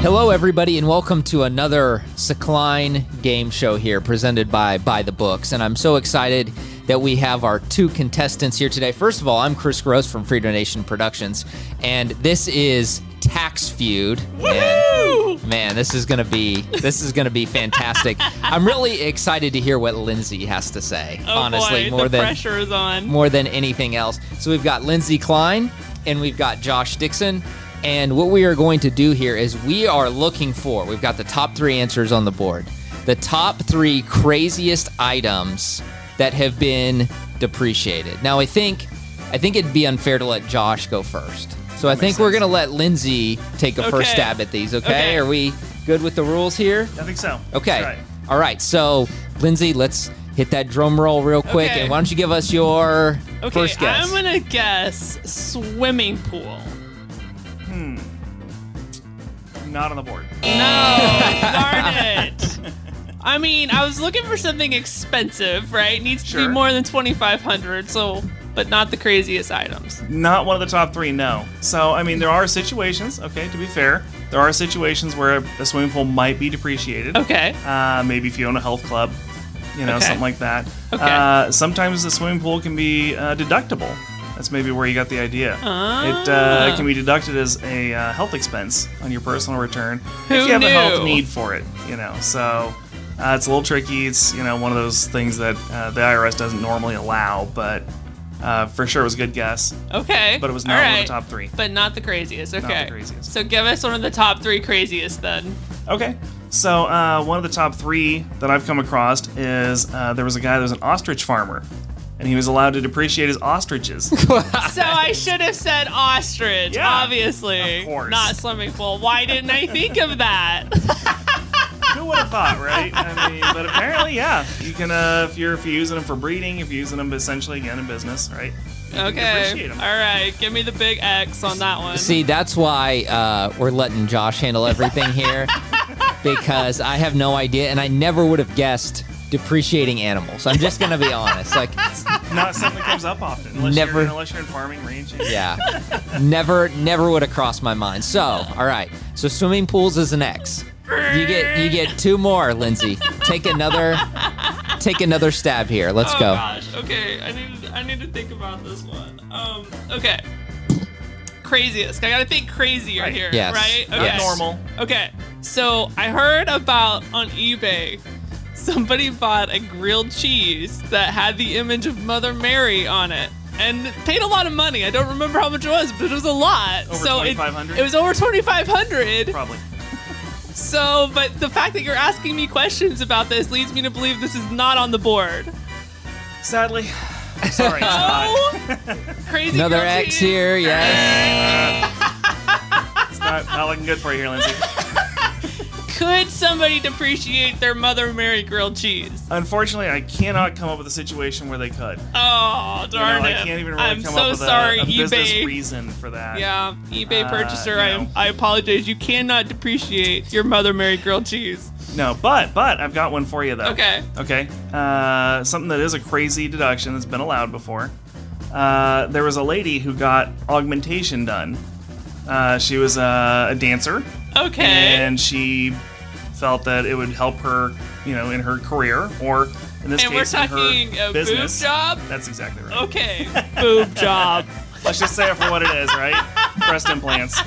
Hello, everybody, and welcome to another Secline game show here presented by By the Books. And I'm so excited that we have our two contestants here today. First of all, I'm Chris Gross from Free Donation Productions, and this is Tax Feud. Oh, And, man, this is gonna be this is gonna be fantastic. I'm really excited to hear what Lindsay has to say. Oh honestly, boy, more the than pressure is on. more than anything else. So we've got Lindsey Klein and we've got Josh Dixon. And what we are going to do here is we are looking for, we've got the top three answers on the board, the top three craziest items that have been depreciated. Now, I think, I think it'd be unfair to let Josh go first. So I think we're going to let Lindsay take a first Okay. stab at these, okay? Okay. Are we good with the rules here? I think so. Okay. That's right. All right. So, Lindsay, let's hit that drum roll real quick. Okay. And why don't you give us your Okay, first guess? I'm gonna guess swimming pool. Not on the board. No, darn it. I mean, I was looking for something expensive, right? Needs to be Sure. more than twenty five hundred, so but not the craziest items. Not one of the top three, no. So, I mean, there are situations, okay, to be fair, there are situations where a swimming pool might be depreciated. Okay. Uh, maybe if you own a health club, you know, Okay. something like that. Okay. Uh, sometimes the swimming pool can be uh, deductible. That's maybe where you got the idea. It Ah. uh, can be deducted as a uh, health expense on your personal return if Who you have a knew? health need for it. You know, so uh, it's a little tricky. It's you know one of those things that uh, the IRS doesn't normally allow, but uh, for sure it was a good guess. Okay. But it was All not one of right. the top three. But not the craziest. Okay. the craziest. So give us one of the top three craziest then. Okay. So uh, one of the top three that I've come across is uh, there was a guy that was an ostrich farmer, and he was allowed to depreciate his ostriches. So I should have said ostrich, Yeah, obviously. of course. Not swimming pool. Why didn't I think of that? Who would have thought, right? I mean, but apparently, yeah, you can uh, if you're if you're using them for breeding, if you're using them essentially again in business, right? Okay. appreciate All 'em. right. Give me the big X on that one. See, that's why uh, we're letting Josh handle everything here because I have no idea and I never would have guessed depreciating animals. I'm just going to be honest. Like, Not something that comes up often, unless Never. you're in, unless you're in farming, ranching. yeah. Never never would have crossed my mind. So, all right. So swimming pools is an X. You get you get two more, Lindsay. Take another take another stab here. Let's oh go. gosh. Okay. I need to, I need to think about this one. Um. Okay. Craziest. I gotta think crazier Right. here. Yes. Right. Not Okay. Not normal. Okay. So I heard about on eBay. Somebody bought a grilled cheese that had the image of Mother Mary on it and paid a lot of money. I don't remember how much it was, but it was a lot. Over so it- 2,500? it was over 2500 Probably. So, but the fact that you're asking me questions about this leads me to believe this is not on the board. Sadly, I'm sorry. it's not. Oh, crazy. Another grilled X cheese. here. Yes. It's not, not looking good for you here, Lindsay. Could somebody depreciate their Mother Mary grilled cheese? Unfortunately, I cannot come up with a situation where they could. Oh, You know, darn I it! can't even really I'm come so up with a- sorry, a, business eBay. reason for that. Yeah, eBay Uh, purchaser, you I, know. I apologize. You cannot depreciate your Mother Mary grilled cheese. No, but but I've got one for you though. Okay. Okay. Uh, something that is a crazy deduction that's been allowed before. Uh, there was a lady who got augmentation done. Uh, she was uh, a dancer, Okay. and she felt that it would help her, you know, in her career or in this And we're case, in talking her a boob business. job? Oh. That's exactly right. Okay. Boob job. Let's just say it for what it is, right? Breast implants.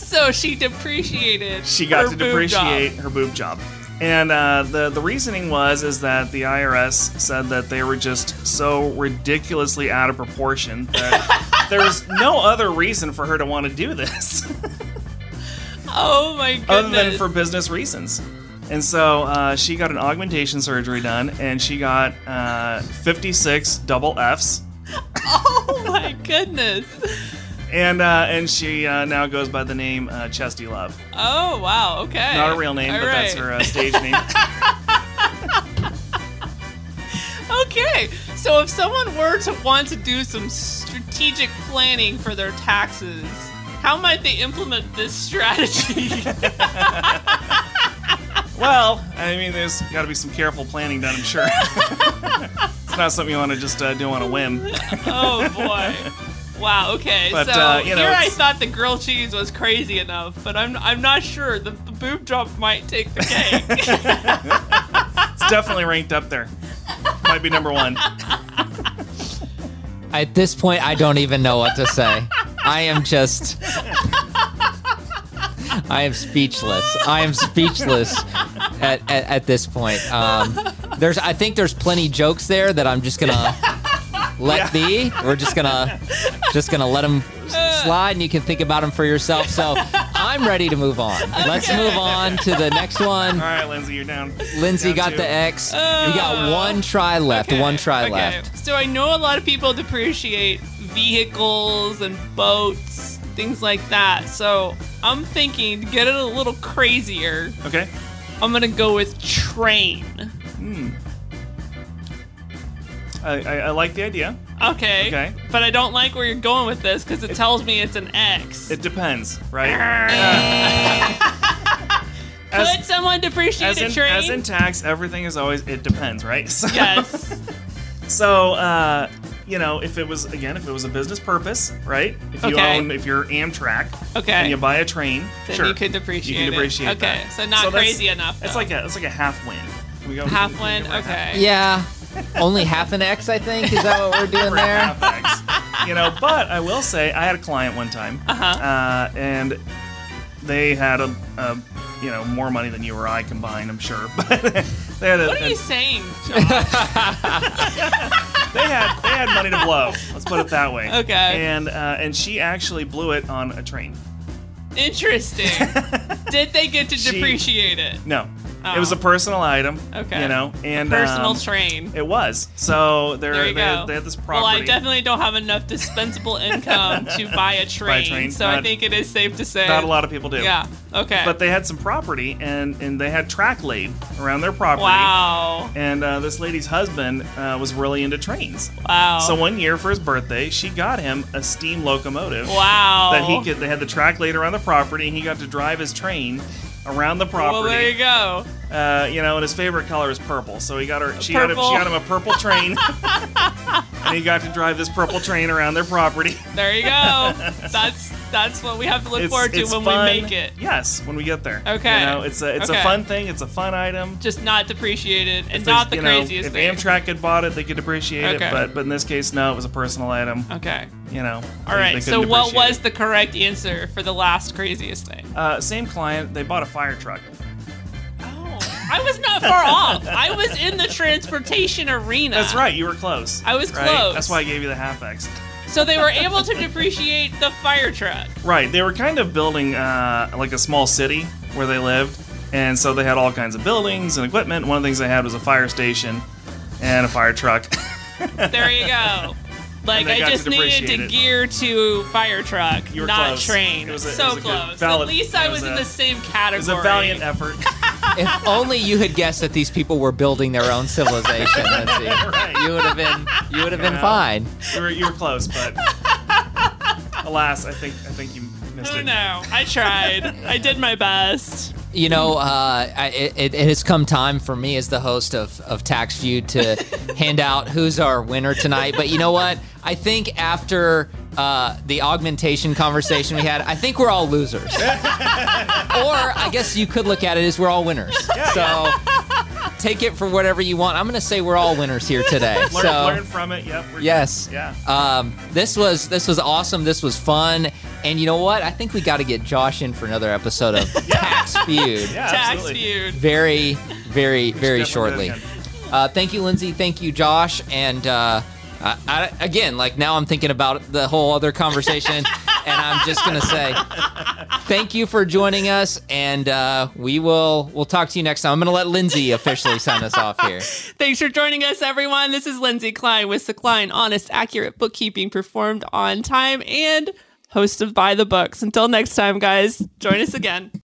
So she depreciated. she got her to boob job. depreciate her boob job. And uh, the the reasoning was is that the IRS said that they were just so ridiculously out of proportion that there was no other reason for her to want to do this Oh my goodness. other than for business reasons. And so uh, she got an augmentation surgery done, and she got uh, 56 double Fs, Oh my goodness. and uh, and she uh, now goes by the name uh, Chesty Love. Oh wow. Okay. Not a real name, All but that's right. her uh, stage name. Okay. So if someone were to want to do some strategic planning for their taxes, how might they implement this strategy? Well, I mean, there's got to be some careful planning done, I'm sure. it's not something you want to just uh, do on a whim. oh boy. Wow. Okay. But, so uh, you know, here I it's- thought the grilled cheese was crazy enough, but I'm I'm not sure. The, the boob drop might take the cake. It's definitely ranked up there. Might be number one. At this point, I don't even know what to say. I am just. I am speechless. I am speechless at, at, at this point. Um, there's, I think there's plenty jokes there that I'm just gonna let be. We're just gonna, just gonna let them slide, and you can think about them for yourself. So I'm ready to move on. Let's Okay. move on to the next one. All right, Lindsay, you're down. Lindsay Down got two. the X. You Oh. got one try left. One try okay. left. So I know a lot of people depreciate vehicles and boats, things like that. So I'm thinking to get it a little crazier, Okay. I'm gonna go with train. I, I, I like the idea. Okay. Okay. But I don't like where you're going with this because it, tells me it's an X. It depends, right? Yeah. Could as, someone depreciate as a in, train? as in tax, everything is always it depends, right? So, yes. So, uh, you know, if it was again, if it was a business purpose, right? If you Okay. own, if you're Amtrak, Okay. and you buy a train, Then sure, you could depreciate you it. can depreciate Okay, that. so not that's- crazy enough, It's though. like a it's like a half win. We go Half we one. go half- Okay. Yeah. Only half an X, I think. Is that what we're doing there? half X. you know, but I will say, I had a client one time, Uh-huh. uh, and they had a, a, you know, more money than you or I combined, I'm sure. But they had a, What are a- you saying, Josh? they had they had money to blow. Let's put it that way. Okay. And uh, and she actually blew it on a train. Interesting. Did they get to She- depreciate it? No, Oh. it was a personal item. Okay. You know, and Personal um, train. It was. So they're, There you they, go. they had this property. Well, I definitely don't have enough dispensable income to buy a train, train, so I not- think it is safe to say. Not a lot of people do. Yeah. Okay. But they had some property, and and they had track laid around their property. wow. And uh, this lady's husband uh, was really into trains. Wow. So one year for his birthday, she got him a steam locomotive. wow. That he could. They had the track laid around the property, and he got to drive his train around the property. Well, there you go. Uh, you know, and his favorite color is purple. So he got her. She got, him, Purple. she got him a purple train, and he got to drive this purple train around their property. There you go. that's that's what we have to look forward to when fun. we make it. Yes, when we get there. Okay. You know, it's a it's Okay. a fun thing. It's a fun item. Just not depreciated and If not there's- the you know, craziest if thing. Amtrak had bought it, they could depreciate Okay. it. But but in this case, no, it was a personal item. okay. You know. All right. So what was the correct answer for the last craziest thing? Uh, same client? They bought a fire truck. Ah. Oh, I was not far off. I was in the transportation arena. That's right. You were close. I was right? close. That's why I gave you the half X. So they were able to depreciate the fire truck. Right. They were kind of building uh, like a small city where they lived. And so they had all kinds of buildings and equipment. One of the things they had was a fire station and a fire truck. There you go. Like And they I got to just needed depreciate to it. gear to fire truck, You were not close. train. It was a- it so was a good- close. At valid- least I it was, was in a- the same It category. was a valiant effort. If only you had guessed that these people were building their own civilization, Lindsay. Right. You would have been you would have been Yeah. fine. you, were, you were close, but alas, I think I think you missed Oh it. no! I tried. I did my best. You know, uh, I, it, it it has come time for me as the host of, of Tax Feud to hand out who's our winner tonight. But you know what? I think after uh, the augmentation conversation we had, I think we're all losers. or I guess you could look at it as we're all winners. so take it for whatever you want. I'm going to say we're all winners here today. Learn, so learn from it. Yep. we're- Yes. Yeah. Um, this was this was awesome. This was fun. And you know what? I think we got to get Josh in for another episode of Tax Feud. Yeah, Tax absolutely. feud. Very, very, very Definitely shortly. did it again. Uh, thank you, Lindsay. Thank you, Josh. And uh, I, I, again, like now I'm thinking about the whole other conversation, and I'm just gonna say thank you for joining us. And uh, we will we'll talk to you next time. I'm gonna let Lindsay officially sign us off here. Thanks for joining us, everyone. This is Lindsay Klein with Klein Honest, Accurate Bookkeeping, performed on time and host of By the Books. Until next time, guys, join us again.